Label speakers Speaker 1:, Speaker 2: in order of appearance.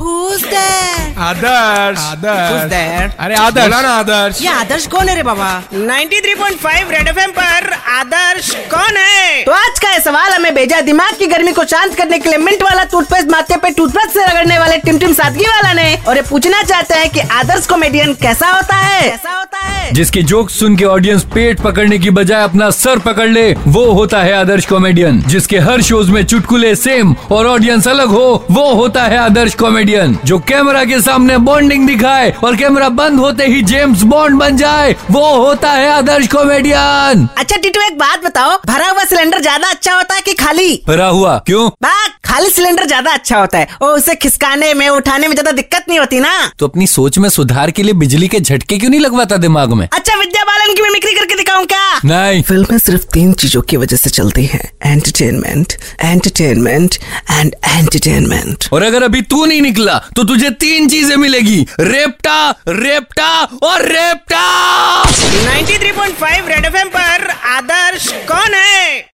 Speaker 1: who's there?
Speaker 2: Adarsh
Speaker 3: Who's
Speaker 2: Adarsh
Speaker 3: there?
Speaker 2: अरे आदर्श बोला ना आदर्श
Speaker 1: ये आदर्श कौन है रे बाबा
Speaker 3: 93.5 रेड एफएम पर आदर्श कौन है
Speaker 1: तो आज का ये सवाल हमें भेजा दिमाग की गर्मी को शांत करने के लिए मिंट वाला टूथपेस्ट माथे पे टूथब्रश से रगड़ने वाले टिमटिम सादगी वाला ने और ये पूछना चाहते हैं कि आदर्श कॉमेडियन कैसा होता है कैसा होता है
Speaker 4: जिसके जोक सुन के ऑडियंस पेट पकड़ने की बजाय अपना सर पकड़ ले वो होता है आदर्श कॉमेडियन जिसके हर शोज में चुटकुले सेम और ऑडियंस अलग हो वो होता है आदर्श कॉमेडियन जो कैमरा के सामने बॉन्डिंग दिखाए और कैमरा बंद होते ही जेम्स बॉन्ड बन जाए वो होता है आदर्श कॉमेडियन
Speaker 1: अच्छा टिटू एक बात बताओ भरा हुआ सिलेंडर ज्यादा अच्छा होता है कि खाली
Speaker 4: भरा हुआ क्यों
Speaker 1: बात खाली सिलेंडर ज्यादा अच्छा होता है और उसे खिसकाने में उठाने में ज्यादा दिक्कत नहीं होती ना
Speaker 4: तो अपनी सोच में सुधार के लिए बिजली के झटके क्यों नहीं लगवाता दिमाग में
Speaker 1: अच्छा विद्या बालन की मैं बिक्री करके दिखाऊं क्या
Speaker 4: नहीं
Speaker 5: फिल्में सिर्फ तीन चीजों की वजह से चलती हैं एंटरटेनमेंट एंटरटेनमेंट एंड एंटरटेनमेंट
Speaker 4: और अगर अभी तू नहीं निकला तो तुझे तीन चीजें मिलेगी रेप्टा रेप्टा और रेप्टा
Speaker 3: 93.5 रेड एफएम पर आदर्श कौन है